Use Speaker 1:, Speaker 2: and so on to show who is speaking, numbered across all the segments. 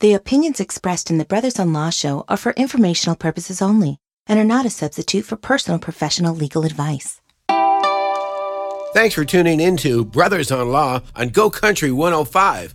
Speaker 1: The opinions expressed in the Brothers on Law show are for informational purposes only and are not a substitute for personal professional legal advice.
Speaker 2: Thanks for tuning into Brothers on Law on Go Country 105.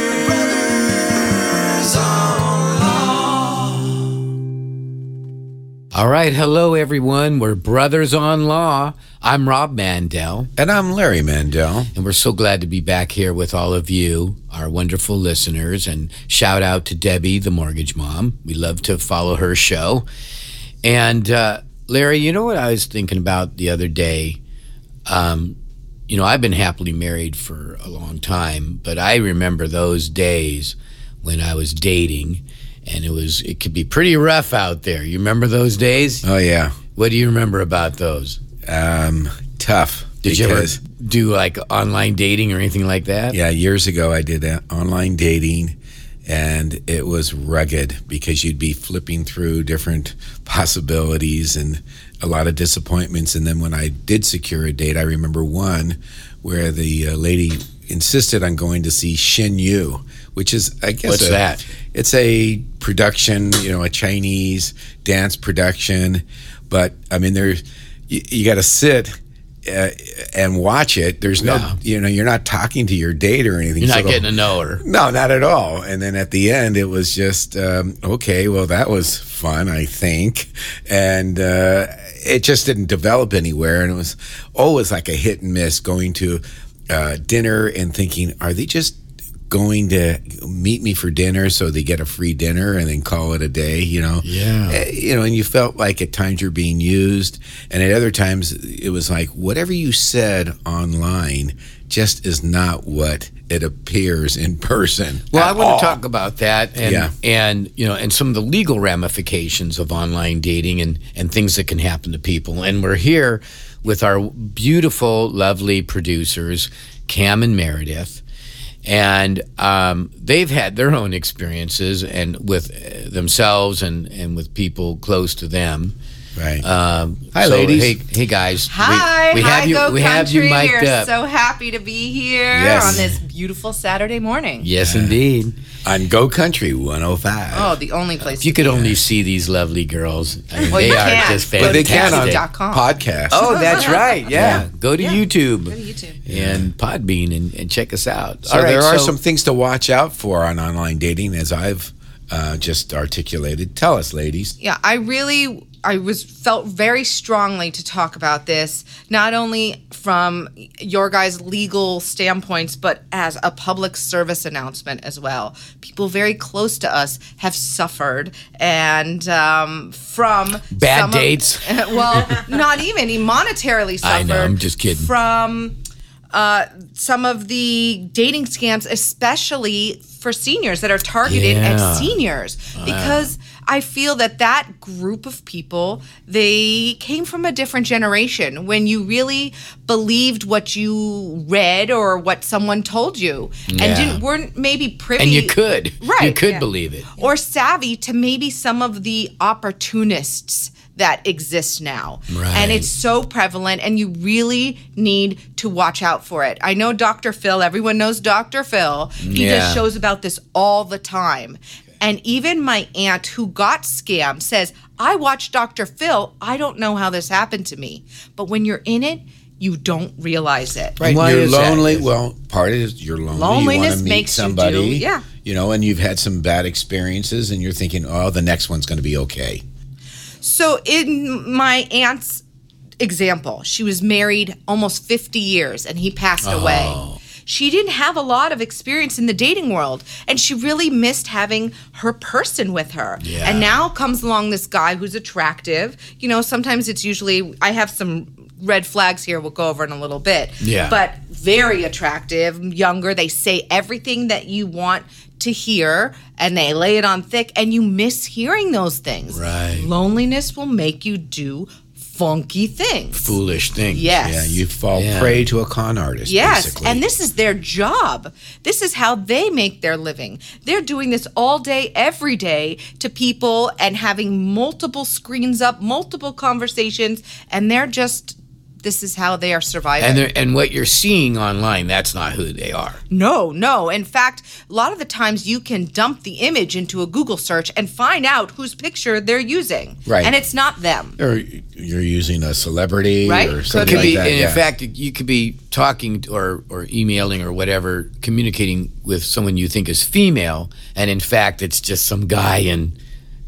Speaker 3: All right, hello everyone. We're Brothers on Law. I'm Rob Mandel.
Speaker 2: And I'm Larry Mandel.
Speaker 3: And we're so glad to be back here with all of you, our wonderful listeners. And shout out to Debbie, the mortgage mom. We love to follow her show. And uh, Larry, you know what I was thinking about the other day? Um, you know, I've been happily married for a long time, but I remember those days when I was dating. And it was it could be pretty rough out there. You remember those days?
Speaker 4: Oh yeah,
Speaker 3: What do you remember about those?
Speaker 4: um, tough.
Speaker 3: Did
Speaker 4: because,
Speaker 3: you ever do like online dating or anything like that?
Speaker 4: Yeah, years ago I did that online dating, and it was rugged because you'd be flipping through different possibilities and a lot of disappointments. And then when I did secure a date, I remember one where the uh, lady insisted on going to see Shin Yu, which is I guess
Speaker 3: What's
Speaker 4: a-
Speaker 3: that?
Speaker 4: It's a production, you know, a Chinese dance production, but I mean, there you, you got to sit uh, and watch it. There's no,
Speaker 3: Yeah.
Speaker 4: you know, you're not talking to your date or anything.
Speaker 3: You're
Speaker 4: so
Speaker 3: not
Speaker 4: the-
Speaker 3: getting to know her.
Speaker 4: no, not at all. And then at the end, it was just um, okay. Well, that was fun, I think, and uh, it just didn't develop anywhere. And it was always like a hit and miss. Going to uh, dinner and thinking, are they just going to meet me for dinner so they get a free dinner and then call it a day? You know?
Speaker 3: Yeah.
Speaker 4: Eh, You know, and you felt like at times you're being used, and at other times it was like whatever you said online just is not what it appears in person.
Speaker 3: Well,
Speaker 4: at
Speaker 3: I want
Speaker 4: all.
Speaker 3: to talk about that and
Speaker 4: Yeah.
Speaker 3: and you know and some of the legal ramifications of online dating and and things that can happen to people. And we're here with our beautiful, lovely producers Cam and Meredith. And um, they've had their own experiences and with uh, themselves and, and with people close to them.
Speaker 4: Right.
Speaker 3: Um,
Speaker 4: Hi,
Speaker 3: so,
Speaker 4: ladies.
Speaker 3: Hey, hey, guys. We-
Speaker 5: Hi,
Speaker 3: We,
Speaker 5: hi,
Speaker 3: have you.
Speaker 5: Go
Speaker 3: we
Speaker 5: Country.
Speaker 3: have you mic'd
Speaker 5: We're
Speaker 3: up.
Speaker 5: so happy to be here
Speaker 4: Yes.
Speaker 5: on this beautiful Saturday morning.
Speaker 3: yes, indeed.
Speaker 4: on Go Country 105.
Speaker 5: Oh, the only place.
Speaker 3: If you could only see these lovely girls, I mean,
Speaker 5: Well,
Speaker 3: they
Speaker 5: you
Speaker 3: are
Speaker 5: can.
Speaker 3: just
Speaker 5: But
Speaker 4: but they
Speaker 3: fantastic.
Speaker 4: can on
Speaker 5: Dot com.
Speaker 4: podcast.
Speaker 3: oh, that's right. Yeah,
Speaker 4: Yeah.
Speaker 3: go to YouTube.
Speaker 5: Go to YouTube.
Speaker 3: and Podbean and, and check us out.
Speaker 4: So
Speaker 3: All right,
Speaker 4: there are
Speaker 3: so-
Speaker 4: some things to watch out for on online dating, as I've uh, just articulated. Tell us, ladies.
Speaker 5: yeah, I really, I was felt very strongly to talk about this, not only from your guys' legal standpoints, but as a public service announcement as well. People very close to us have suffered and um, from
Speaker 3: Bad
Speaker 5: some of-
Speaker 3: dates?
Speaker 5: well, not even he monetarily suffered.
Speaker 3: I know, I'm just kidding.
Speaker 5: From uh, some of the dating scams, especially for seniors that are targeted
Speaker 3: Yeah.
Speaker 5: at seniors, because I feel that that group of people they came from a different generation. When you really believed what you read or what someone told you,
Speaker 3: Yeah.
Speaker 5: and didn't weren't maybe privy,
Speaker 3: and you could,
Speaker 5: Right,
Speaker 3: You could
Speaker 5: yeah.
Speaker 3: believe it.
Speaker 5: or savvy to maybe some of the opportunists that exist now. And it's so prevalent, and you really need to watch out for it. I know Dr. Phil, everyone knows Dr. Phil. He
Speaker 3: Yeah.
Speaker 5: does shows about this all the time. And even my aunt who got scammed says, I watched Dr. Phil. I don't know how this happened to me. But when you're in it, you don't realize it.
Speaker 4: Right.
Speaker 3: Why
Speaker 4: you're
Speaker 3: is that?
Speaker 4: lonely. Well, part of it is you're lonely. you want
Speaker 5: Loneliness
Speaker 4: to meet
Speaker 5: makes you do-
Speaker 4: somebody.
Speaker 5: yeah.
Speaker 4: You know, and you've had some bad experiences, and you're thinking, oh, the next one's going to be okay.
Speaker 5: So in my aunt's example, she was married almost 50 years and he passed away. She didn't have a lot of experience in the dating world and she really missed having her person with her. And now comes along this guy who's attractive. You know, sometimes it's usually I have some red flags here we'll go over in a little bit.
Speaker 3: Yeah.
Speaker 5: But very attractive, younger. They say everything that you want to hear and they lay it on thick and you miss hearing those things.
Speaker 3: Right.
Speaker 5: Loneliness will make you do funky things.
Speaker 3: Foolish thing.
Speaker 5: Yes.
Speaker 4: Yeah, you fall
Speaker 3: Yeah.
Speaker 4: prey to a con artist.
Speaker 5: Yes,
Speaker 4: basically.
Speaker 5: and this is their job. This is how they make their living. They're doing this all day, every day to people and having multiple screens up, multiple conversations, and they're just this is how they are surviving.
Speaker 3: And they're- and what you're seeing online, that's not who they are.
Speaker 5: no, no. In fact, a lot of the times you can dump the image into a Google search and find out whose picture they're using.
Speaker 4: Right.
Speaker 5: And it's not them.
Speaker 4: or you're using a celebrity
Speaker 5: Right?
Speaker 4: or
Speaker 5: Could
Speaker 4: something
Speaker 3: Could
Speaker 4: like
Speaker 3: be,
Speaker 4: that.
Speaker 3: and
Speaker 4: yeah.
Speaker 3: in fact, you could be talking or or emailing or whatever, communicating with someone you think is female, and in fact, it's just some guy. And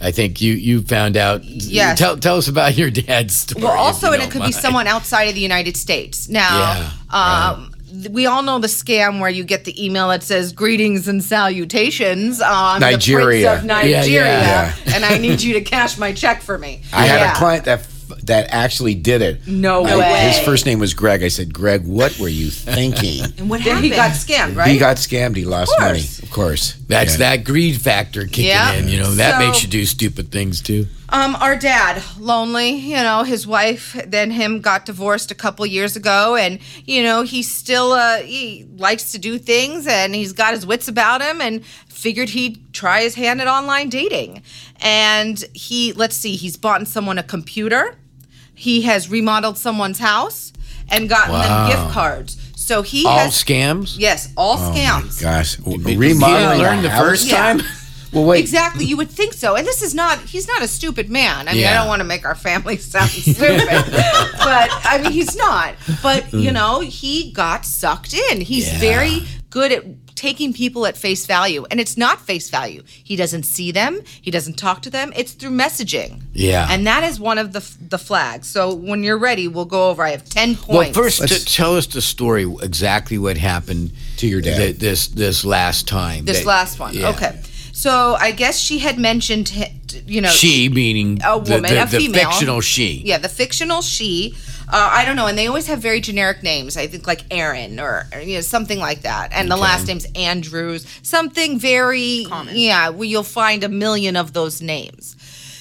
Speaker 3: I think you you found out.
Speaker 5: Yes.
Speaker 3: Tell tell us about your dad's story.
Speaker 5: Well,
Speaker 3: if
Speaker 5: also,
Speaker 3: you
Speaker 5: and it
Speaker 3: don't
Speaker 5: could
Speaker 3: mind.
Speaker 5: be someone outside of the United States. Now,
Speaker 3: Yeah,
Speaker 5: um, th- we all know the scam where you get the email that says "Greetings and salutations." Um,
Speaker 4: Nigeria.
Speaker 5: the Prince of
Speaker 3: Yeah, yeah.
Speaker 5: Nigeria,
Speaker 3: Yeah.
Speaker 5: and I need you to cash my check for me.
Speaker 4: I had
Speaker 5: Yeah.
Speaker 4: a client that that actually did it.
Speaker 5: No
Speaker 4: I-
Speaker 5: way.
Speaker 4: His first name was Greg. I said, Greg, what were you thinking?
Speaker 5: And what happened? He got scammed, right?
Speaker 4: He got scammed. He lost
Speaker 5: Of course.
Speaker 4: money. Of course.
Speaker 3: That's
Speaker 4: Yeah.
Speaker 3: that greed factor kicking
Speaker 5: Yeah.
Speaker 3: in. You know that
Speaker 5: So-
Speaker 3: makes you do stupid things too.
Speaker 5: Um, our dad, lonely, you know, his wife, then him got divorced a couple years ago, and you know he still uh, he likes to do things, and he's got his wits about him, and figured he'd try his hand at online dating, and he let's see, he's bought someone a computer, he has remodeled someone's house, and gotten
Speaker 3: Wow.
Speaker 5: them gift cards. So he
Speaker 3: All Oh
Speaker 5: has
Speaker 3: scams.
Speaker 5: yes, all scams.
Speaker 4: Gosh.
Speaker 3: Because
Speaker 4: Remodeling.
Speaker 3: He
Speaker 4: a
Speaker 3: learned the
Speaker 4: house?
Speaker 3: first
Speaker 5: Yeah.
Speaker 3: time.
Speaker 4: Well, wait.
Speaker 5: Exactly. You would think so. And this is not, he's not a stupid man. I mean, I
Speaker 3: Yeah.
Speaker 5: don't want to make our family sound stupid, but I mean, he's not. But, you know, he got sucked in. He's
Speaker 3: Mm. Yeah.
Speaker 5: very good at taking people at face value. And it's not face value. He doesn't see them, he doesn't talk to them. It's through messaging.
Speaker 3: Yeah.
Speaker 5: And that is one of the, the flags. So when you're ready, we'll go over. I have 10 points.
Speaker 3: Well, 1st
Speaker 4: Let's-
Speaker 3: t- tell us the story exactly what happened
Speaker 4: To your dad.
Speaker 3: th- this this last time.
Speaker 5: this
Speaker 3: that-
Speaker 5: last one.
Speaker 3: yeah.
Speaker 5: Okay. So I guess she had mentioned, you know,
Speaker 3: She meaning
Speaker 5: A
Speaker 3: the-
Speaker 5: woman,
Speaker 3: the,
Speaker 5: a
Speaker 3: the
Speaker 5: female.
Speaker 3: fictional she.
Speaker 5: yeah, the fictional she. Uh, I don't know, and they always have very generic names. I think like Aaron or, or, you know something like that, and the last name's Andrews. Something very common. Yeah, well, you'll find a million of those names.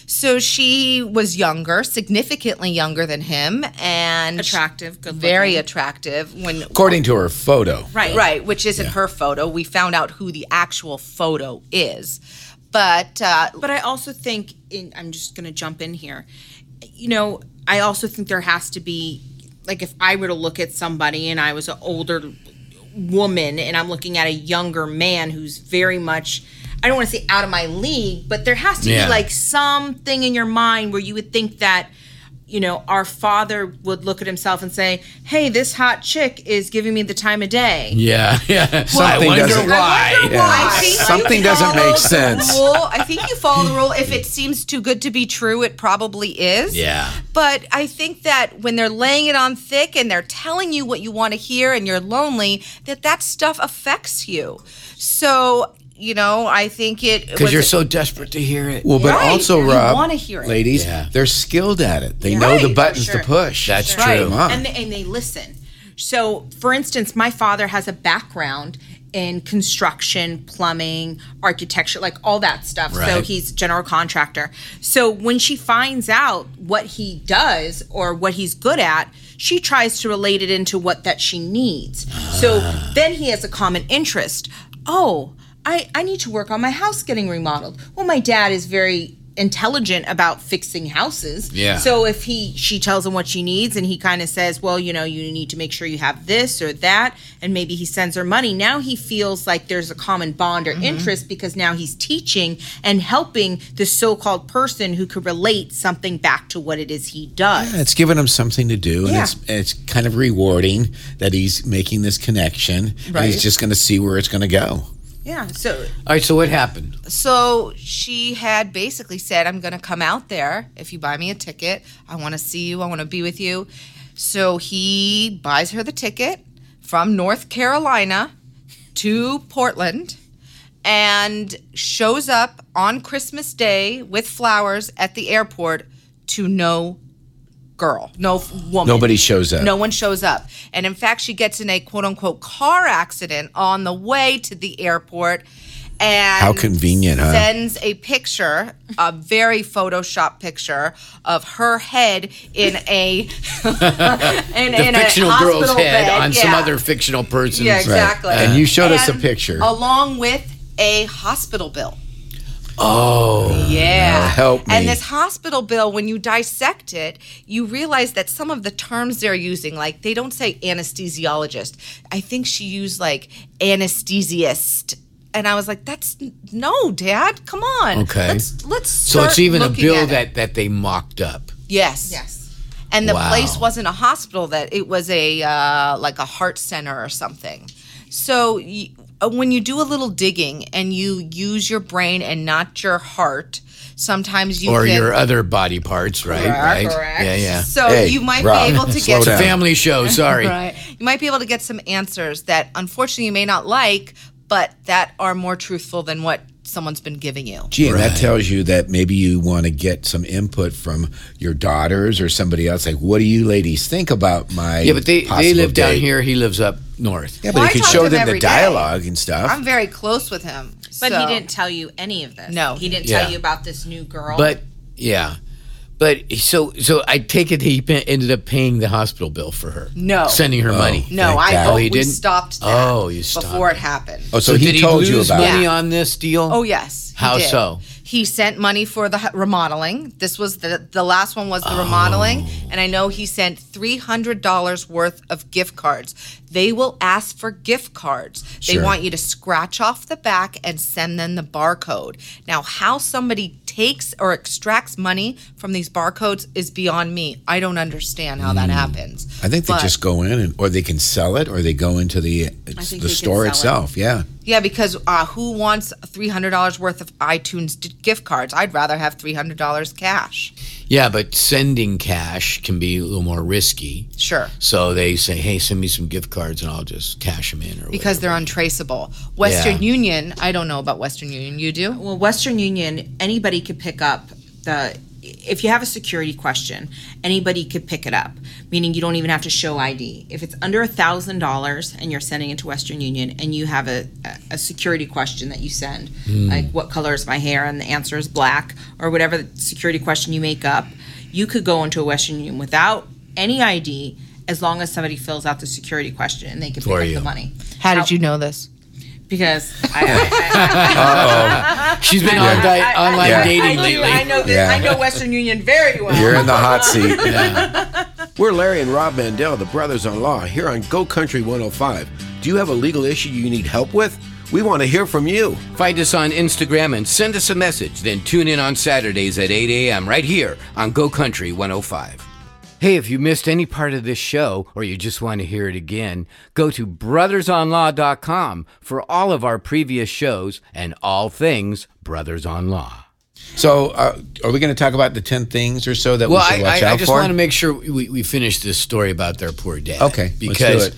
Speaker 5: So she was younger, significantly younger than him, and
Speaker 6: Attractive, good
Speaker 5: very
Speaker 6: looking.
Speaker 5: attractive. When
Speaker 4: According to her photo.
Speaker 6: Right.
Speaker 5: Right, which isn't her photo. We found out who the actual photo is, but uh,
Speaker 6: But I also think, in, I'm just going to jump in here. You know, I also think there has to be, like, if I were to look at somebody and I was an older woman and I'm looking at a younger man who's very much, I don't want to say out of my league, but there has to
Speaker 3: Yeah.
Speaker 6: be like something in your mind where you would think that. You know, our father would look at himself and say, "Hey, this hot chick is giving me the time of day."
Speaker 3: Yeah, yeah. I
Speaker 4: Something
Speaker 3: wonder
Speaker 4: doesn't-
Speaker 3: why.
Speaker 4: Yeah.
Speaker 5: I think
Speaker 4: Something
Speaker 5: you
Speaker 4: doesn't
Speaker 5: follow
Speaker 4: make
Speaker 5: the
Speaker 4: sense.
Speaker 5: Rule. I think you follow the rule. If it seems too good to be true, it probably is.
Speaker 3: Yeah.
Speaker 5: But I think that when they're laying it on thick and they're telling you what you want to hear and you're lonely, that that stuff affects you. So, you know, I think it
Speaker 3: Because
Speaker 5: was-
Speaker 3: you're so desperate to hear it.
Speaker 4: Well, but
Speaker 5: Right.
Speaker 4: also,
Speaker 5: You
Speaker 4: Rob,
Speaker 6: wanna hear it.
Speaker 4: ladies,
Speaker 3: Yeah.
Speaker 4: they're skilled at it. They know
Speaker 6: Right,
Speaker 4: the
Speaker 6: for
Speaker 4: buttons
Speaker 6: sure.
Speaker 4: to push.
Speaker 3: That's
Speaker 6: Right.
Speaker 3: true.
Speaker 4: Come on.
Speaker 6: And they, and they listen. So, for instance, my father has a background in construction, plumbing, architecture, like all that stuff. So
Speaker 3: Right.
Speaker 6: he's a general contractor. So when she finds out what he does or what he's good at, she tries to relate it into what that she needs. So
Speaker 4: Ah.
Speaker 6: then he has a common interest. Oh, I, I need to work on my house getting remodeled. Well, my dad is very intelligent about fixing houses.
Speaker 3: Yeah.
Speaker 6: So if he she tells him what she needs and he kind of says, "Well, you know, you need to make sure you have this or that," and maybe he sends her money. Now he feels like there's a common bond or interest because now he's teaching and helping the so-called person who could relate something back to what it is he does.
Speaker 4: It's giving him something to do, and
Speaker 6: Yeah.
Speaker 4: it's it's kind of rewarding that he's making this connection, and
Speaker 6: Right.
Speaker 4: he's just going to see where it's going to go.
Speaker 6: Yeah. So
Speaker 3: All right, so what happened?
Speaker 5: So she had basically said, I'm going to come out there if you buy me a ticket. I want to see you. I want to be with you. So he buys her the ticket from North Carolina to Portland and shows up on Christmas Day with flowers at the airport to no girl, no f- woman.
Speaker 4: Nobody shows up.
Speaker 5: No one shows up. And in fact, she gets in a quote unquote car accident on the way to the airport. and
Speaker 4: How convenient, huh?
Speaker 5: sends a picture, a very Photoshop picture of her head in a in,
Speaker 3: the
Speaker 5: in
Speaker 3: fictional
Speaker 5: a
Speaker 3: girl's
Speaker 5: hospital
Speaker 3: head
Speaker 5: bed.
Speaker 3: on some
Speaker 5: Yeah.
Speaker 3: other fictional person's.
Speaker 5: Yeah, exactly.
Speaker 4: And you showed us a picture.
Speaker 5: along with a hospital bill.
Speaker 3: Oh,
Speaker 5: Yeah.
Speaker 4: help me.
Speaker 5: And this hospital bill, when you dissect it, you realize that some of the terms they're using, like they don't say anesthesiologist. I think she used like anesthesiist. And I was like, that's no, Dad. Come on.
Speaker 3: Okay.
Speaker 5: Let's let's
Speaker 3: so
Speaker 5: start
Speaker 3: it's even a
Speaker 5: looking
Speaker 3: bill
Speaker 5: at it."
Speaker 3: that that they mocked up.
Speaker 5: Yes.
Speaker 6: Yes.
Speaker 5: And the
Speaker 3: Wow.
Speaker 5: place wasn't a hospital; that it was a uh, like a heart center or something. So y- uh, when you do a little digging and you use your brain and not your heart, sometimes you
Speaker 3: or
Speaker 5: can,
Speaker 3: your other body parts, right? Right.
Speaker 6: correct.
Speaker 3: Yeah, yeah.
Speaker 5: so
Speaker 4: Hey,
Speaker 5: you might
Speaker 4: Rob,
Speaker 5: be able to
Speaker 4: slow
Speaker 5: get
Speaker 3: It's a
Speaker 4: down.
Speaker 3: family show. Sorry.
Speaker 5: right. You might be able to get some answers that unfortunately you may not like, but that are more truthful than what someone's been giving you.
Speaker 4: Gee, and
Speaker 3: Right.
Speaker 4: that tells you that maybe you want to get some input from your daughters or somebody else. Like, what do you ladies think about my?
Speaker 3: Yeah, but they they
Speaker 4: possible
Speaker 3: live down
Speaker 4: date?
Speaker 3: here. He lives up north.
Speaker 4: Yeah, but
Speaker 5: Well,
Speaker 4: you
Speaker 5: I
Speaker 4: could
Speaker 5: talk
Speaker 4: show
Speaker 5: to them
Speaker 4: them the
Speaker 5: every day.
Speaker 4: dialogue and stuff.
Speaker 5: I'm very close with him,
Speaker 6: But
Speaker 5: so-
Speaker 6: he didn't tell you any of this.
Speaker 5: No.
Speaker 6: He didn't
Speaker 3: Yeah.
Speaker 6: tell you about this new girl.
Speaker 3: But yeah. But so so I take it he pa- ended up paying the hospital bill for her.
Speaker 5: No.
Speaker 3: Sending her money.
Speaker 5: No,
Speaker 4: Thank
Speaker 5: I
Speaker 4: God.
Speaker 5: oh,
Speaker 3: Oh, he
Speaker 5: we
Speaker 3: didn't?
Speaker 5: stopped that
Speaker 3: Oh, you stopped
Speaker 5: before
Speaker 3: it.
Speaker 5: it happened.
Speaker 4: oh, so,
Speaker 3: So,
Speaker 4: he
Speaker 3: did he
Speaker 4: told
Speaker 3: lose
Speaker 4: you about
Speaker 3: money
Speaker 4: it.
Speaker 3: on this deal?
Speaker 5: Oh yes. he
Speaker 3: How
Speaker 5: did.
Speaker 3: so?
Speaker 5: He sent money for the h- remodeling. This was the the last one was the remodeling, and I know he sent three hundred dollars worth of gift cards. They will ask for gift cards. They
Speaker 4: Sure.
Speaker 5: want you to scratch off the back and send them the barcode. Now, how somebody takes or extracts money from these barcodes is beyond me. I don't understand how that happens.
Speaker 4: I think they
Speaker 5: But-
Speaker 4: just go in, and, or they can sell it, or they go into the
Speaker 6: think
Speaker 4: the
Speaker 6: they
Speaker 4: store
Speaker 6: can sell it.
Speaker 4: itself. Yeah,
Speaker 5: Yeah, because uh, who wants three hundred dollars worth of iTunes d- gift cards? I'd rather have three hundred dollars cash.
Speaker 3: Yeah, but sending cash can be a little more risky.
Speaker 5: Sure.
Speaker 3: So they say, "Hey, send me some gift cards, and I'll just cash them in." Or
Speaker 5: because they're untraceable. Western
Speaker 3: Yeah.
Speaker 5: Union, I don't know about Western Union. You do?
Speaker 6: well, Western Union, anybody could pick up the. If you have a security question, anybody could pick it up, meaning you don't even have to show ID. If it's under a thousand dollars and you're sending it to Western Union, and you have a, a, a security question that you send,
Speaker 3: Hmm.
Speaker 6: like what color is my hair, and the answer is black, or whatever security question you make up, you could go into a Western Union without any ID as long as somebody fills out the security question and they can pick
Speaker 3: For
Speaker 6: up
Speaker 3: you.
Speaker 6: the money.
Speaker 5: How did you know this?
Speaker 6: Because I, I,
Speaker 3: whatever. she's been on di- online dating
Speaker 6: I,
Speaker 3: lately.
Speaker 6: knew- I know this,
Speaker 4: Yeah.
Speaker 6: I know Western Union very well.
Speaker 4: you're in the hot seat.
Speaker 2: We're Larry and Rob Mandel, the brothers in law, here on Go Country 105. Do you have a legal issue you need help with? We want to hear from you.
Speaker 7: Find us on Instagram and send us a message. Then tune in on Saturdays at 8 a.m. right here on Go Country 105. Hey, if you missed any part of this show or you just want to hear it again, go to brothersonlaw.com for all of our previous shows and all things Brothers on Law.
Speaker 4: So, uh, are we going to talk about the ten things or so that
Speaker 3: Well,
Speaker 4: we should
Speaker 3: I,
Speaker 4: watch
Speaker 3: I,
Speaker 4: out
Speaker 3: I just
Speaker 4: for?
Speaker 3: want to make sure we, we finish this story about their poor dad.
Speaker 4: Okay, let's do
Speaker 3: Because
Speaker 4: it.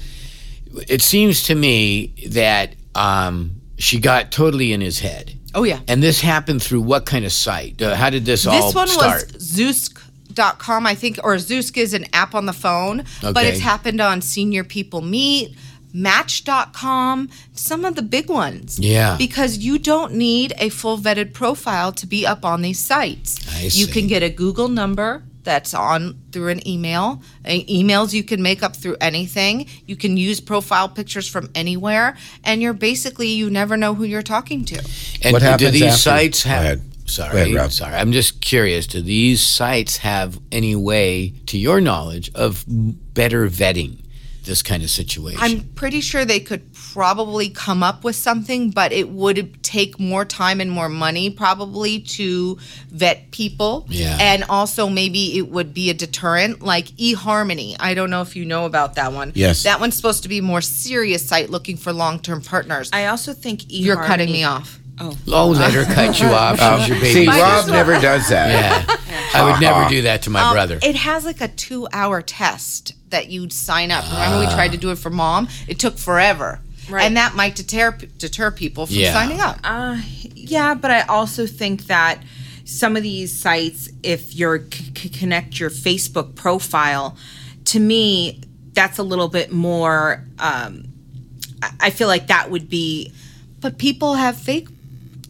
Speaker 3: it seems to me that um, she got totally in his head.
Speaker 5: Oh yeah.
Speaker 3: And this happened through what kind of site? Uh, how did this, all
Speaker 5: this one
Speaker 3: start?
Speaker 5: was Zeusk.com, I think, or Zeusk is an app on the phone, but
Speaker 3: Okay.
Speaker 5: it's happened on Senior People Meet, Match.com, some of the big ones.
Speaker 3: Yeah.
Speaker 5: Because you don't need a full vetted profile to be up on these sites.
Speaker 3: I
Speaker 5: You
Speaker 3: see.
Speaker 5: can get a Google number that's on through an email. E- Emails you can make up through anything. You can use profile pictures from anywhere, and you're basically, you never know who you're talking to.
Speaker 3: and
Speaker 4: What
Speaker 3: do
Speaker 4: happens
Speaker 3: these
Speaker 4: after-
Speaker 3: sites
Speaker 4: Go
Speaker 3: have?
Speaker 4: ahead.
Speaker 3: Sorry,
Speaker 4: Go ahead, Rob.
Speaker 3: sorry. I'm just curious. Do these sites have any way, to your knowledge, of better vetting this kind of situation?
Speaker 5: I'm pretty sure they could probably come up with something, but it would take more time and more money probably to vet people.
Speaker 3: Yeah.
Speaker 5: And also maybe it would be a deterrent like eHarmony. I don't know if you know about that one.
Speaker 4: Yes.
Speaker 5: That one's supposed to be more serious site looking for long-term partners.
Speaker 6: I also think eHarmony,
Speaker 5: You're cutting me off.
Speaker 3: oh, let her cut you off. She's your baby.
Speaker 4: See, Rob Uh-huh.
Speaker 5: just-
Speaker 4: never does that.
Speaker 3: Yeah. I would never do that to my brother.
Speaker 5: It has like a 2-hour test that you'd sign up. Remember we tried to do it for mom? It took forever.
Speaker 6: Right.
Speaker 5: And that might deter deter people from
Speaker 3: Yeah.
Speaker 5: signing up.
Speaker 6: Uh, yeah, but I also think that some of these sites, if you're c- c- connect your Facebook profile, to me, that's a little bit more. Um, I- I feel like that would be
Speaker 5: But people have fake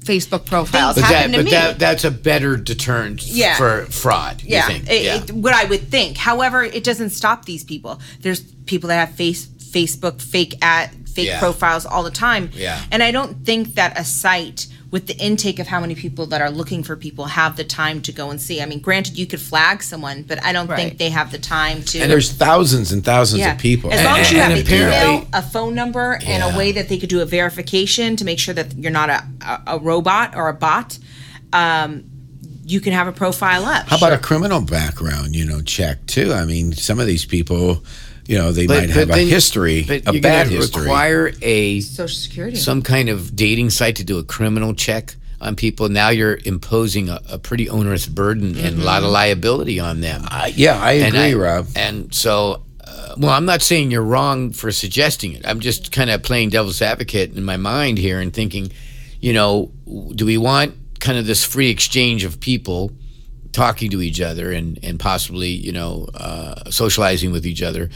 Speaker 5: Facebook profiles.
Speaker 3: But, that,
Speaker 5: Happened to
Speaker 3: but
Speaker 5: me.
Speaker 3: that, that's a better deterrent f-
Speaker 6: Yeah.
Speaker 3: for fraud. you
Speaker 6: yeah,
Speaker 3: think?
Speaker 6: it- it- what I would think. However, it doesn't stop these people. There's people that have face Facebook fake at fake
Speaker 3: Yeah.
Speaker 6: profiles all the time.
Speaker 3: Yeah.
Speaker 6: and I don't think that a site with the intake of how many people that are looking for people have the time to go and see. I mean, granted, you could flag someone, but I don't
Speaker 5: Right.
Speaker 6: think they have the time to.
Speaker 4: And there's thousands and thousands of people.
Speaker 6: As long as you
Speaker 3: And-
Speaker 6: have
Speaker 3: and
Speaker 6: an email,
Speaker 3: apparently-
Speaker 6: a phone number, and
Speaker 3: Yeah.
Speaker 6: a way that they could do a verification to make sure that you're not a, a, a robot or a bot, um, you can have a profile up.
Speaker 4: How about a criminal background, you know, check too? I mean, some of these people, you know, they might have a
Speaker 3: then-
Speaker 4: history,
Speaker 3: but
Speaker 4: a
Speaker 3: you're
Speaker 4: bad
Speaker 3: gonna
Speaker 4: history.
Speaker 3: require a
Speaker 5: Social Security.
Speaker 3: some kind of dating site to do a criminal check on people. Now you're imposing a, a pretty onerous burden and a lot of liability on them. I
Speaker 4: Uh, yeah, Mm-hmm. I
Speaker 3: and
Speaker 4: agree,
Speaker 3: I-
Speaker 4: Rob.
Speaker 3: And so, uh, well, I'm not saying you're wrong for suggesting it. I'm just kind of playing devil's advocate in my mind here and thinking, you know, do we want kind of this free exchange of people talking to each other and, and possibly, you know, uh, socializing with each other?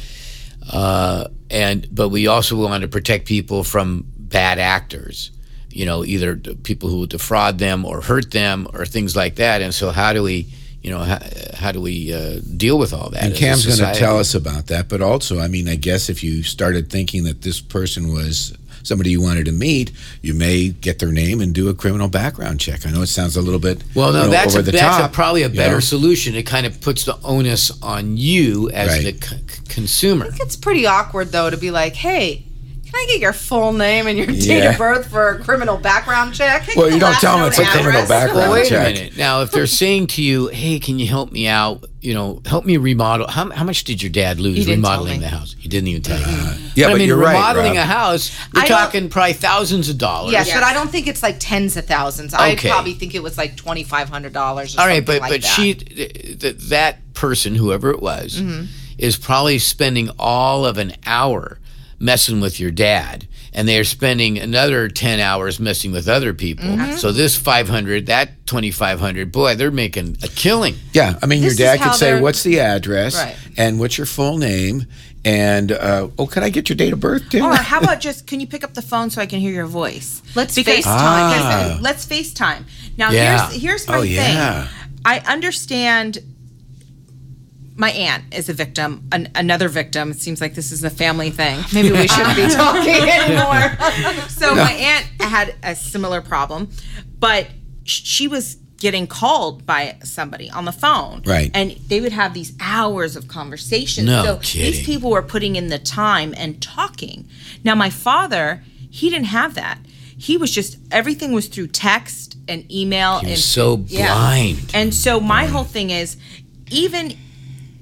Speaker 3: Uh, and but we also want to protect people from bad actors you know either the people who defraud them or hurt them or things like that and so how do we you know how, how do we uh, deal with all that
Speaker 4: And
Speaker 3: as a
Speaker 4: Cam's going to
Speaker 3: society?
Speaker 4: tell us about that. But also, I mean, I guess if you started thinking that this person was somebody you wanted to meet, you may get their name and do a criminal background check. I know it sounds a little bit
Speaker 3: well no
Speaker 4: you know,
Speaker 3: that's,
Speaker 4: over
Speaker 3: a,
Speaker 4: the
Speaker 3: that's a-
Speaker 4: top,
Speaker 3: probably a
Speaker 4: you
Speaker 3: better
Speaker 4: know?
Speaker 3: solution it kind of puts the onus on you as
Speaker 4: Right.
Speaker 3: the c- c- consumer
Speaker 5: it's pretty awkward though to be like, hey. Can I get your full name and your date
Speaker 4: Yeah.
Speaker 5: of birth for a criminal background check? Can I
Speaker 4: Well,
Speaker 5: get
Speaker 4: you
Speaker 5: the
Speaker 4: don't
Speaker 5: last
Speaker 4: tell them
Speaker 5: known
Speaker 4: it's a criminal
Speaker 5: address?
Speaker 4: background
Speaker 3: Well, wait
Speaker 4: check.
Speaker 3: a minute. Now, if they're saying to you, "Hey, can you help me out? You know, help me remodel." How, how much did your dad lose
Speaker 5: didn't tell
Speaker 3: remodeling
Speaker 5: me.
Speaker 3: the house? He didn't even tell you.
Speaker 4: yeah,
Speaker 3: I
Speaker 4: but
Speaker 3: mean,
Speaker 4: you're right,
Speaker 3: remodeling a
Speaker 4: Rob.
Speaker 3: house, you're
Speaker 5: I don't-
Speaker 3: talking probably thousands of dollars.
Speaker 5: Yes, but I don't think it's like tens of thousands. I
Speaker 3: Okay.
Speaker 5: probably think it was like twenty five hundred dollars.
Speaker 3: All right, but
Speaker 5: like
Speaker 3: but
Speaker 5: that.
Speaker 3: she th- th- that person, whoever it was,
Speaker 6: Mm-hmm.
Speaker 3: is probably spending all of an hour messing with your dad. And they are spending another ten hours messing with other people.
Speaker 6: Mm-hmm.
Speaker 3: So this five hundred, that twenty five hundred, boy, they're making a killing.
Speaker 4: Yeah, I mean, your
Speaker 5: This is
Speaker 4: dad
Speaker 5: how
Speaker 4: could say,
Speaker 5: they're-
Speaker 4: "What's the address?
Speaker 5: Right.
Speaker 4: And what's your full name? And uh, oh, could I get your date of birth too?"
Speaker 3: Oh,
Speaker 6: Or how about just can you pick up the phone so I can hear your voice?
Speaker 5: Let's
Speaker 6: because,
Speaker 5: FaceTime.
Speaker 6: because- let's FaceTime. Now
Speaker 3: Yeah.
Speaker 6: here's here's my
Speaker 4: Ah. Oh,
Speaker 6: thing.
Speaker 4: yeah.
Speaker 6: I understand my aunt is a victim, an, another victim. It seems like this is a family thing. Maybe we shouldn't be talking anymore. so my aunt had a similar problem, but sh- she was getting called by somebody on the phone.
Speaker 4: Right.
Speaker 6: And they would have these hours of conversation.
Speaker 3: No
Speaker 6: so
Speaker 3: kidding.
Speaker 6: these people were putting in the time and talking. Now my father, he didn't have that. He was just everything was through text and email
Speaker 3: You're
Speaker 6: and
Speaker 3: so
Speaker 6: yeah.
Speaker 3: blind.
Speaker 6: And so my whole thing is, even,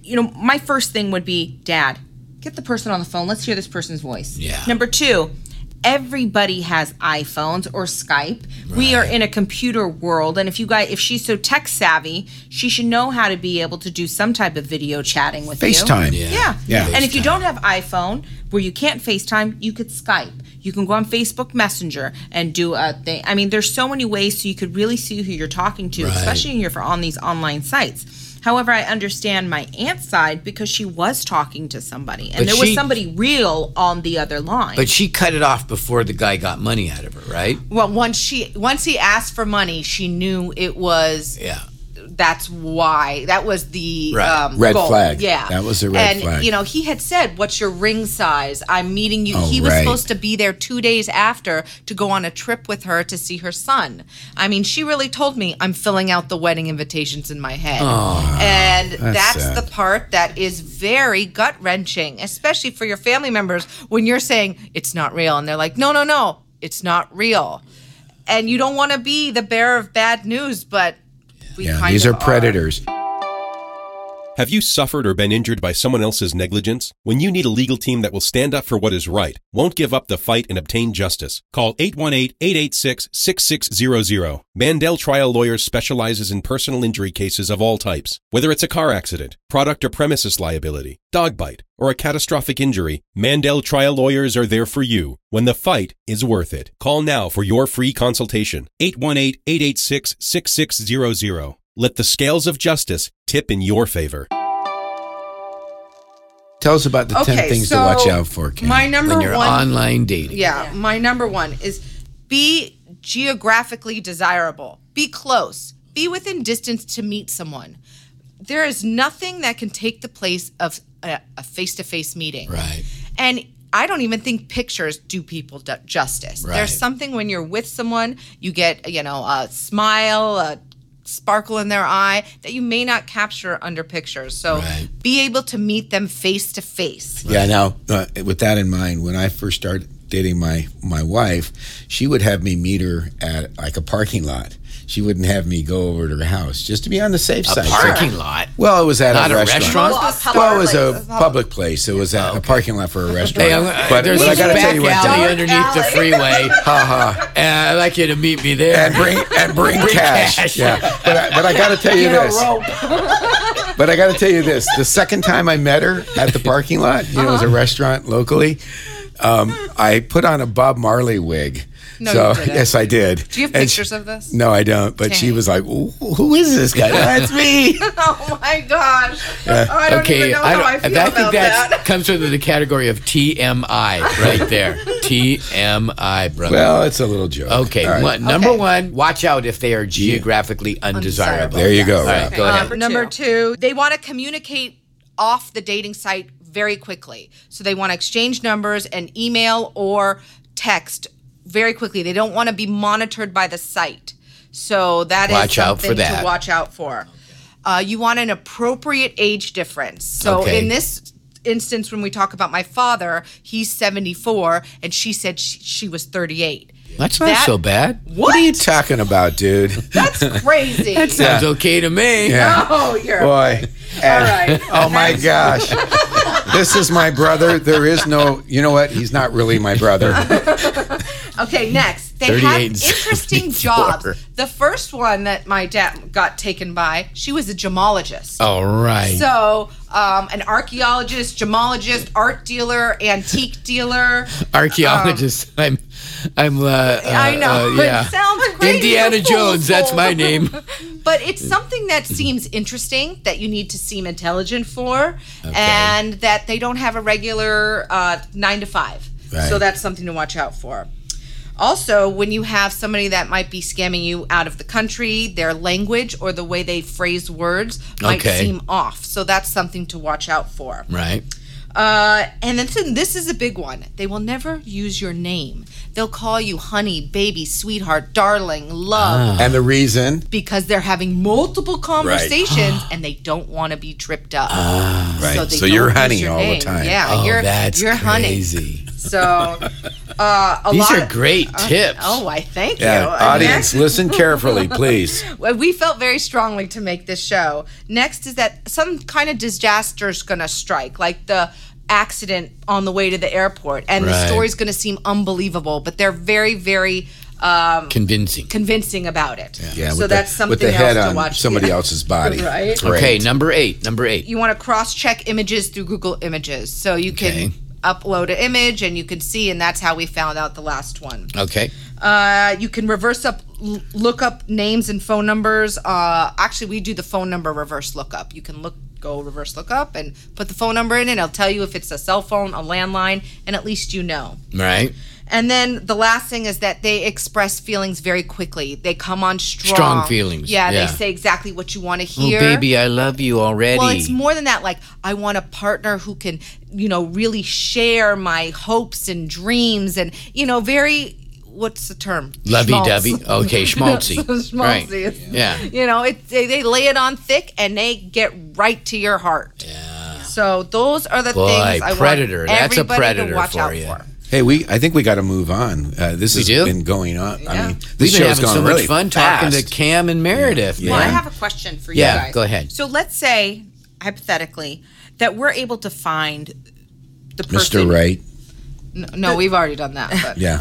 Speaker 6: you know, my first thing would be, Dad, get the person on the phone. Let's hear this person's voice.
Speaker 3: Yeah.
Speaker 6: Number two, everybody has iPhones or Skype. We are in a computer world, and if you guys, if she's so tech savvy, she should know how to be able to do some type of video chatting with
Speaker 4: FaceTime.
Speaker 6: you.
Speaker 4: Yeah.
Speaker 6: Yeah.
Speaker 4: Yeah.
Speaker 6: And if you don't have iPhone, where you can't FaceTime, you could Skype. You can go on Facebook Messenger and do a thing. I mean, there's so many ways so you could really see who you're talking to, especially if you're on these online sites. However, I understand my aunt's side because she was talking to somebody, and
Speaker 3: But
Speaker 6: there was
Speaker 3: she-
Speaker 6: somebody real on the other line.
Speaker 3: But she cut it off before the guy got money out of her, right?
Speaker 5: well, once she once he asked for money, she knew it was.
Speaker 3: Yeah.
Speaker 5: That's why that was the
Speaker 3: Right.
Speaker 5: um,
Speaker 4: Red
Speaker 5: goal.
Speaker 4: flag.
Speaker 5: Yeah,
Speaker 4: That was the red
Speaker 5: and,
Speaker 4: flag.
Speaker 5: you know, he had said, "What's your ring size? I'm meeting you."
Speaker 4: Oh,
Speaker 5: he was
Speaker 4: right.
Speaker 5: supposed to be there two days after to go on a trip with her to see her son. I mean, she really told me, "I'm filling out the wedding invitations in my head," and that's,
Speaker 4: sad.
Speaker 5: the part that is very gut wrenching, especially for your family members when you're saying it's not real, and they're like, "No, no, no, it's not real." and you don't want to be the bearer of bad news, but we
Speaker 4: Yeah,
Speaker 5: kind
Speaker 4: these are
Speaker 5: of
Speaker 4: predators.
Speaker 8: Have you suffered or been injured by someone else's negligence? When you need a legal team that will stand up for what is right, won't give up the fight, and obtain justice, call 818-886-6600. Mandel Trial Lawyers specializes in personal injury cases of all types. Whether it's a car accident, product or premises liability, dog bite, or a catastrophic injury, Mandel Trial Lawyers are there for you when the fight is worth it. Call now for your free consultation. 818-886-6600. Let the scales of justice tip in your favor.
Speaker 4: Tell us about the ten things to watch out for, Cam.
Speaker 6: My number
Speaker 3: When you're
Speaker 6: one
Speaker 3: online dating.
Speaker 6: Yeah, my number one is
Speaker 5: Be geographically desirable. Be close. Be within distance to meet someone. There is nothing that can take the place of a face to face meeting.
Speaker 3: Right.
Speaker 5: And I don't even think pictures do people du- justice.
Speaker 3: Right.
Speaker 5: There's something when you're with someone, you get, you know, a smile, a sparkle in their eye that you may not capture under pictures. So
Speaker 3: Right.
Speaker 5: be able to meet them face to face.
Speaker 4: Yeah. Now, uh, with that in mind, when I first started dating my my wife, she would have me meet her at like a parking lot. She wouldn't have me go over to her house just to be on the safe side. So-
Speaker 3: Parking lot.
Speaker 4: well, it was at
Speaker 3: Not
Speaker 4: a
Speaker 3: a
Speaker 4: restaurant.
Speaker 3: restaurant? Oh,
Speaker 6: Well, a public
Speaker 4: Well, it was
Speaker 6: place.
Speaker 4: a public place. It was at a parking lot for a restaurant.
Speaker 3: Hey, I'm,
Speaker 4: but
Speaker 3: there's
Speaker 4: but
Speaker 3: a
Speaker 4: I got to
Speaker 3: back
Speaker 4: tell you what,
Speaker 3: alley
Speaker 4: Don,
Speaker 3: underneath the freeway. And I'd like you to meet me there.
Speaker 4: and bring and bring cash.
Speaker 3: cash.
Speaker 4: Yeah, but I, but I got to tell you this. but I got to tell you this. The second time I met her at the parking lot, you know, it
Speaker 5: Uh-huh.
Speaker 4: was a restaurant locally. Um, I put on a Bob Marley wig.
Speaker 5: No,
Speaker 4: so
Speaker 5: you didn't.
Speaker 4: yes, I did.
Speaker 5: Do you have
Speaker 4: And
Speaker 5: pictures
Speaker 4: she-
Speaker 5: of this?
Speaker 4: No, I don't. But she
Speaker 5: Dang.
Speaker 4: was like, "Ooh, "Who is this guy? That's me."
Speaker 5: Oh my gosh. I don't even know how I feel about
Speaker 3: that's-
Speaker 5: that.
Speaker 3: comes under the category of TMI right there. TMI, brother.
Speaker 4: well, it's a little joke.
Speaker 3: okay,
Speaker 4: All right.
Speaker 3: one- number
Speaker 5: Okay.
Speaker 3: one, watch out if they are geographically undesirable.
Speaker 5: Undesirable,
Speaker 4: There you go.
Speaker 3: All right,
Speaker 4: Rob.
Speaker 3: go
Speaker 5: Um,
Speaker 3: ahead.
Speaker 6: Number
Speaker 5: number
Speaker 6: two.
Speaker 5: two. they want to communicate off the dating site very quickly. So they want to exchange numbers and email or text very quickly. They don't want to be monitored by the site. So that is
Speaker 3: Watch out for
Speaker 5: something
Speaker 3: that.
Speaker 5: to watch out for. Uh, you want an appropriate age difference. So
Speaker 3: Okay.
Speaker 5: in this instance, when we talk about my father, he's 74 and she said she, she was 38.
Speaker 3: That's not
Speaker 5: that-
Speaker 3: so bad.
Speaker 4: What are you talking about, dude?
Speaker 5: That's crazy.
Speaker 3: Sounds okay to me.
Speaker 5: oh, you're
Speaker 4: Boy.
Speaker 5: all right.
Speaker 4: Oh my gosh. This is my brother. There is no, you know what? He's not really my brother.
Speaker 5: Okay, next. They
Speaker 3: 38
Speaker 5: have
Speaker 3: and
Speaker 5: interesting
Speaker 3: 74.
Speaker 5: jobs. The first one that my dad got taken by, she was a gemologist.
Speaker 3: All right.
Speaker 5: So, um, an archaeologist, gemologist, art dealer, antique dealer.
Speaker 3: Archaeologist. I'm, I'm, uh, uh,
Speaker 5: I know.
Speaker 3: uh, yeah.
Speaker 5: It sounds crazy.
Speaker 3: Indiana
Speaker 5: You're full of
Speaker 3: Jones, that's
Speaker 5: holes.
Speaker 3: my name.
Speaker 5: But it's
Speaker 3: Mm-hmm.
Speaker 5: something that seems interesting that you need to seem intelligent for, and that they don't have a regular uh, nine to five. So
Speaker 4: Right.
Speaker 5: that's something to watch out for. Also, when you have somebody that might be scamming you out of the country, their language or the way they phrase words might
Speaker 3: Okay.
Speaker 5: seem off. So that's something to watch out for.
Speaker 3: Right.
Speaker 5: Uh, and then so this is a big one. They will never use your name. They'll call you honey, baby, sweetheart, darling,
Speaker 3: Ah.
Speaker 5: love,
Speaker 4: And the reason,
Speaker 5: because they're having multiple conversations and they don't want to be tripped up.
Speaker 4: Ah, right? So,
Speaker 5: they don't
Speaker 4: you're
Speaker 5: use
Speaker 4: honey
Speaker 5: your
Speaker 4: all
Speaker 5: name.
Speaker 4: the time.
Speaker 5: Yeah,
Speaker 3: Oh,
Speaker 5: you're
Speaker 3: that's
Speaker 5: you're honey.
Speaker 3: crazy.
Speaker 5: So uh, a
Speaker 3: These
Speaker 5: lot
Speaker 3: are
Speaker 5: of-
Speaker 3: great tips.
Speaker 5: Oh, I thank
Speaker 4: Yeah,
Speaker 5: you.
Speaker 4: audience, listen carefully, please.
Speaker 5: Well, we felt very strongly to make this show. Next is that some kind of disaster is going to strike, like the accident on the way to the airport, and
Speaker 3: Right.
Speaker 5: the story's going to seem unbelievable, but they're very, very um,
Speaker 3: Convincing.
Speaker 5: convincing about it.
Speaker 4: Yeah,
Speaker 5: so
Speaker 4: with
Speaker 5: that's
Speaker 4: the,
Speaker 5: something
Speaker 4: with the head
Speaker 5: else
Speaker 4: on
Speaker 5: to watch.
Speaker 4: somebody
Speaker 5: Yeah.
Speaker 4: else's body.
Speaker 5: Right.
Speaker 4: Great.
Speaker 3: Okay, number eight. Number eight.
Speaker 5: You want to cross-check images through Google Images, so you can.
Speaker 3: Okay.
Speaker 5: Upload an image and you can see, and that's how we found out the last one.
Speaker 3: Okay.
Speaker 5: Uh, you can reverse up, l- look up names and phone numbers. Uh, actually, we do the phone number reverse lookup. You can look, go reverse lookup and put the phone number in, and it'll tell you if it's a cell phone, a landline, and at least you know.
Speaker 3: Right.
Speaker 5: And then the last thing is that they express feelings very quickly. They come on strong.
Speaker 3: Strong feelings,
Speaker 5: Yeah,
Speaker 3: yeah.
Speaker 5: they say exactly what you want to
Speaker 3: Oh,
Speaker 5: hear.
Speaker 3: baby, I love you already.
Speaker 5: Well, it's more than that. Like, I want a partner who can, you know, really share my hopes and dreams and, you know, very, what's the term?
Speaker 3: Lovey-dovey.
Speaker 5: Schmaltz.
Speaker 3: Okay, schmaltzy.
Speaker 5: Schmaltzy.
Speaker 3: Right.
Speaker 5: It's-
Speaker 3: Yeah.
Speaker 5: You know, it, they, they lay it on thick and they get right to your heart. Yeah. So those are the
Speaker 3: Boy,
Speaker 5: things I
Speaker 3: predator.
Speaker 5: want
Speaker 3: That's a
Speaker 5: everybody
Speaker 3: predator
Speaker 5: to watch
Speaker 3: for
Speaker 5: out
Speaker 3: you.
Speaker 5: for.
Speaker 4: Hey, we. I think we got to move on. Uh, this has
Speaker 3: do?
Speaker 4: been going on. I
Speaker 5: Yeah.
Speaker 4: mean,
Speaker 3: We've
Speaker 4: this
Speaker 3: been
Speaker 4: show's
Speaker 3: having
Speaker 4: gone
Speaker 3: so
Speaker 4: really
Speaker 3: much fun
Speaker 4: fast.
Speaker 3: talking to Cam and Meredith.
Speaker 6: Well, I
Speaker 3: man.
Speaker 6: have a question for you
Speaker 3: Yeah,
Speaker 6: guys.
Speaker 3: go ahead.
Speaker 6: So let's say, hypothetically, that we're able to find the person.
Speaker 4: Mr. Wright.
Speaker 5: No, no, we've already done that. But.
Speaker 4: Yeah.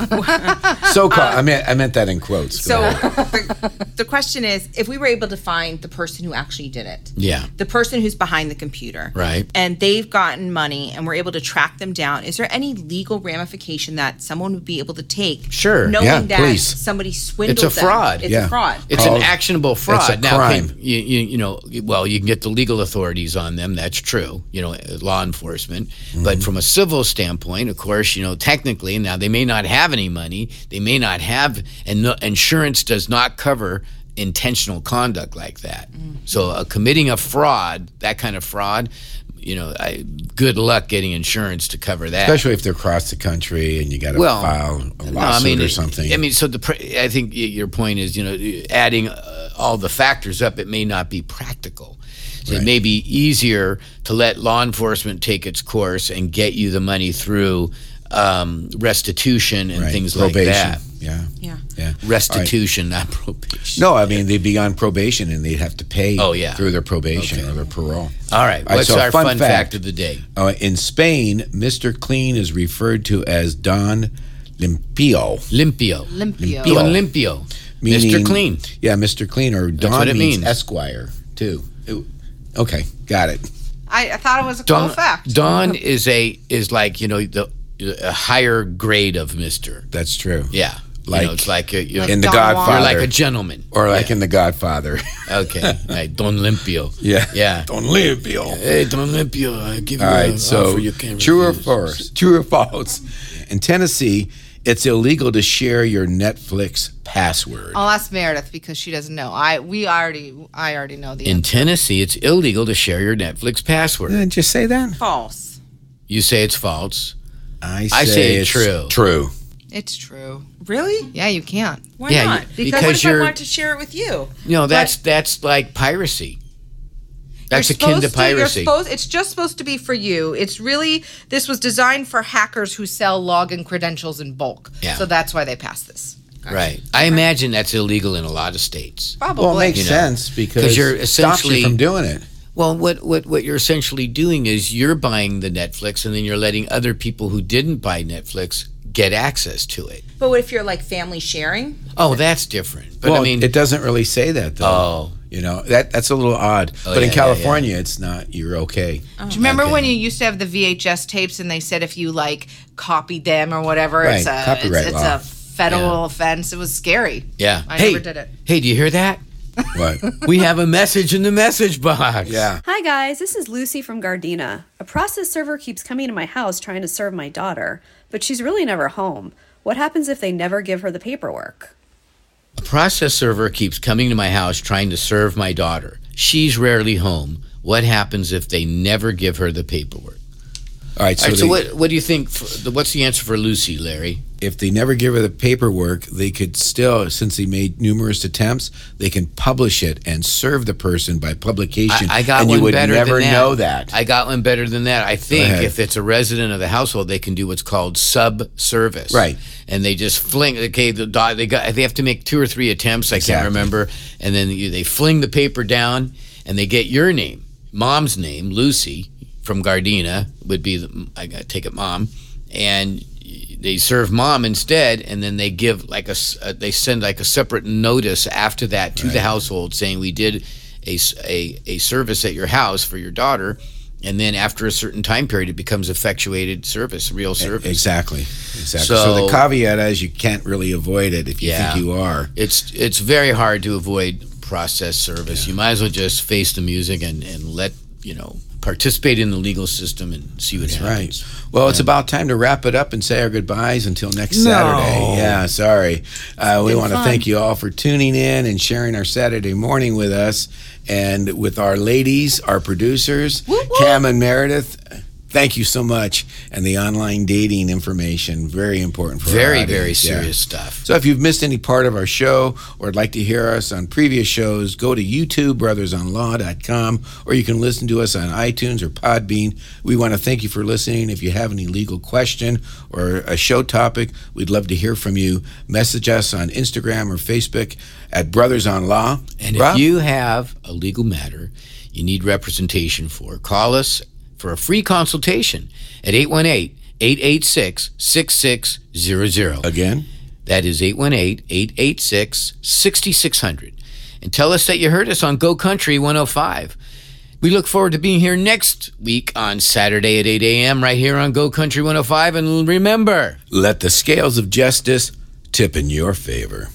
Speaker 4: so
Speaker 5: Uh,
Speaker 4: called. I meant. I meant that in quotes. Go
Speaker 6: So
Speaker 4: ahead.
Speaker 6: the, the question is, if we were able to find the person who actually did it,
Speaker 3: Yeah.
Speaker 6: the person who's behind the computer,
Speaker 3: Right.
Speaker 6: and they've gotten money, and we're able to track them down, is there any legal ramification that someone would be able to take?
Speaker 3: Sure.
Speaker 6: knowing
Speaker 4: Yeah,
Speaker 6: that
Speaker 4: please.
Speaker 6: somebody swindled.
Speaker 3: It's a
Speaker 6: them?
Speaker 3: fraud.
Speaker 6: It's
Speaker 4: Yeah.
Speaker 6: a fraud.
Speaker 3: It's
Speaker 4: Called-
Speaker 3: an actionable fraud.
Speaker 4: Oh. It's a
Speaker 3: Now,
Speaker 4: crime.
Speaker 3: can- you, you, you know, well, you can get the legal uh,
Speaker 4: Mhm.
Speaker 3: authorities on them. That's true. You know, law enforcement. But from a civil standpoint, of course, you know, technically now they may not have any money. They may not have, and no, insurance does not cover intentional conduct like that. So uh, committing a fraud, that kind of fraud, you know, I, good luck getting insurance to cover that.
Speaker 4: Especially if they're across the country and you got to
Speaker 3: Well,
Speaker 4: file a lawsuit
Speaker 3: No, I mean,
Speaker 4: or
Speaker 3: it-
Speaker 4: something.
Speaker 3: I mean, so the pr- I think y- your point is, you know, adding uh, all the factors up, it may not be practical. So It may be easier to let law enforcement take its course and get you the money through um, restitution and
Speaker 4: Right.
Speaker 3: things
Speaker 4: probation.
Speaker 3: like that.
Speaker 4: Yeah.
Speaker 6: Yeah.
Speaker 4: Yeah.
Speaker 3: Restitution, not probation.
Speaker 4: No, I mean they'd be on probation and they'd have to pay
Speaker 3: Oh, yeah.
Speaker 4: through their probation or their
Speaker 3: All
Speaker 4: parole.
Speaker 3: right.
Speaker 4: All right,
Speaker 3: What's
Speaker 4: so
Speaker 3: our
Speaker 4: fun
Speaker 3: fun,
Speaker 4: fact.
Speaker 3: fact. of the day?
Speaker 4: Uh, in Spain, Mr. Clean is referred to as Don Limpio.
Speaker 3: Limpio.
Speaker 5: Limpio.
Speaker 4: Oh.
Speaker 3: Don Limpio.
Speaker 4: meaning-
Speaker 3: Mr. Clean.
Speaker 4: Yeah, Mr. Clean or Don
Speaker 3: what it
Speaker 4: means
Speaker 3: means.
Speaker 4: Esquire too. It- okay, got it.
Speaker 5: I, I thought it was a
Speaker 3: Don,
Speaker 5: cool fact.
Speaker 3: Don is a is like you know the a higher grade of Mister.
Speaker 4: That's true.
Speaker 3: Yeah. you
Speaker 4: Like
Speaker 3: know, it's like a, you're,
Speaker 4: In The
Speaker 5: Don Juan.
Speaker 4: Godfather.
Speaker 3: you're like a gentleman.
Speaker 4: Or like in The Godfather.
Speaker 3: Okay, right, Don Limpio.
Speaker 4: yeah.
Speaker 3: Yeah.
Speaker 4: Don Limpio.
Speaker 3: Hey, Don Limpio, I give you
Speaker 4: All
Speaker 3: a
Speaker 4: right, so
Speaker 3: offer you can't
Speaker 4: true or
Speaker 3: refuse.
Speaker 4: false? True or false? In Tennessee, it's illegal to share your Netflix password.
Speaker 5: I'll ask Meredith because she doesn't know. I we already I already know the
Speaker 3: In Tennessee, it's illegal to share your Netflix password.
Speaker 4: Didn't you say that?
Speaker 6: False.
Speaker 3: You say it's false.
Speaker 4: I say,
Speaker 3: I say
Speaker 4: it's
Speaker 3: true.
Speaker 4: True.
Speaker 5: It's true.
Speaker 6: Really?
Speaker 5: Yeah, you can't.
Speaker 6: Why
Speaker 3: Yeah,
Speaker 6: not?
Speaker 3: you-
Speaker 6: because,
Speaker 3: because
Speaker 6: what if
Speaker 3: you're-
Speaker 6: I want to share it with you?
Speaker 3: You know, that's that's like piracy. That's
Speaker 6: You're
Speaker 3: akin to
Speaker 6: supposed you're
Speaker 3: piracy.
Speaker 6: supposed-
Speaker 5: Supposed- It's just supposed to be for you. It's really this was designed for hackers who sell login credentials in bulk.
Speaker 3: Yeah.
Speaker 5: So that's why they passed this.
Speaker 3: right. I imagine that's illegal in a lot of states.
Speaker 5: Probably.
Speaker 4: Well, it makes
Speaker 3: You know,
Speaker 4: sense because
Speaker 3: 'cause you're
Speaker 4: it stops you
Speaker 3: essentially-
Speaker 4: from doing it.
Speaker 3: Well, what, what, what you're essentially doing is you're buying the Netflix and then you're letting other people who didn't buy Netflix get access to it.
Speaker 6: But what if you're like family sharing?
Speaker 3: Oh, that's different. But
Speaker 4: well,
Speaker 3: I mean,
Speaker 4: it doesn't really say that though.
Speaker 3: Oh.
Speaker 4: You know that that's a little odd, but
Speaker 3: yeah,
Speaker 4: in
Speaker 3: yeah, yeah.
Speaker 4: California, it's not. You're okay.
Speaker 5: Oh. Do you remember when you used to have the VHS tapes and they said if you like copied them or whatever, it's
Speaker 4: Right,
Speaker 5: a
Speaker 4: copyright
Speaker 5: it's, it's
Speaker 4: law.
Speaker 5: a federal offense. It was scary.
Speaker 3: yeah.
Speaker 5: I
Speaker 3: hey,
Speaker 5: never did it.
Speaker 3: Hey, do you hear that?
Speaker 4: What?
Speaker 3: we have a message in the message box.
Speaker 4: yeah.
Speaker 9: Hi guys, this is Lucy from Gardena. A process server keeps coming to my house trying to serve my daughter, but she's really never home. What happens if they never give her the paperwork?
Speaker 3: A process server keeps coming to my house trying to serve my daughter. She's rarely home. What happens if they never give her the paperwork?
Speaker 4: All right. So,
Speaker 3: All right,
Speaker 4: they-
Speaker 3: so what, what do you think? For the, what's the answer for Lucy, Larry?
Speaker 4: if they never give her the paperwork, they could still, since they made numerous attempts, they can publish it and serve the person by publication.
Speaker 3: I, I got
Speaker 4: and
Speaker 3: one
Speaker 4: you would
Speaker 3: better
Speaker 4: never
Speaker 3: than that.
Speaker 4: know that.
Speaker 3: I got one better than that. I think
Speaker 4: ahead.
Speaker 3: if it's a resident of the household, they can do what's called sub-service.
Speaker 4: Right.
Speaker 3: And they just fling. Okay, the dog. They got. They have to make two or three attempts. I
Speaker 4: Exactly.
Speaker 3: can't remember. And then you, they fling the paper down, and they get your name, mom's name, Lucy from Gardena would be. The, I got to take it, mom, and. They serve mom instead, and then they give like a s- uh, they send like a separate notice after that to the household saying we did a, s- a- a service at your house for your daughter and then after a certain time period it becomes effectuated service
Speaker 4: E-,
Speaker 3: real service
Speaker 4: exactly. Exactly. So, the
Speaker 3: So-
Speaker 4: caveat is you can't really avoid it if you
Speaker 3: Yeah.
Speaker 4: think you are.
Speaker 3: it's it's very hard to avoid process service you might as well just face the music and and let you know participate in the legal system and see what
Speaker 4: Right.
Speaker 3: happens
Speaker 4: Well, it's about time to wrap it up and say our goodbyes until next Saturday. Yeah, sorry. Uh, we want to thank you all for tuning in and sharing our Saturday morning with us and with our ladies, our producers, Cam and Meredith. Thank you so much. And the online dating information, very important for our
Speaker 3: very
Speaker 4: audience.
Speaker 3: very
Speaker 4: Yeah.
Speaker 3: serious stuff
Speaker 4: So if you've missed any part of our show or would like to hear us on previous shows, go to youtubebrothersonlaw.com or you can listen to us on iTunes or Podbean. We want to thank you for listening. If you have any legal question or a show topic, we'd love to hear from you. Message us on Instagram or Facebook at Brothers on Law.
Speaker 3: and
Speaker 4: Rob?
Speaker 3: if you have a legal matter you need representation for call us for a free consultation at 818 886 6600
Speaker 4: again,
Speaker 3: That is 818 886 6600. And tell us that you heard us on Go Country 105. We look forward to being here next week on Saturday at 8 a.m. right here on Go Country 105. And remember,
Speaker 4: let the scales of justice tip in your favor.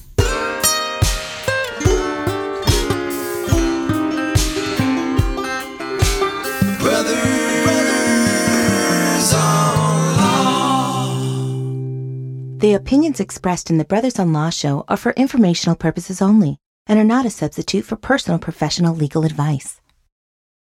Speaker 10: Brothers on law.
Speaker 1: The opinions expressed in the Brothers on Law show are for informational purposes only and are not a substitute for personal professional legal advice.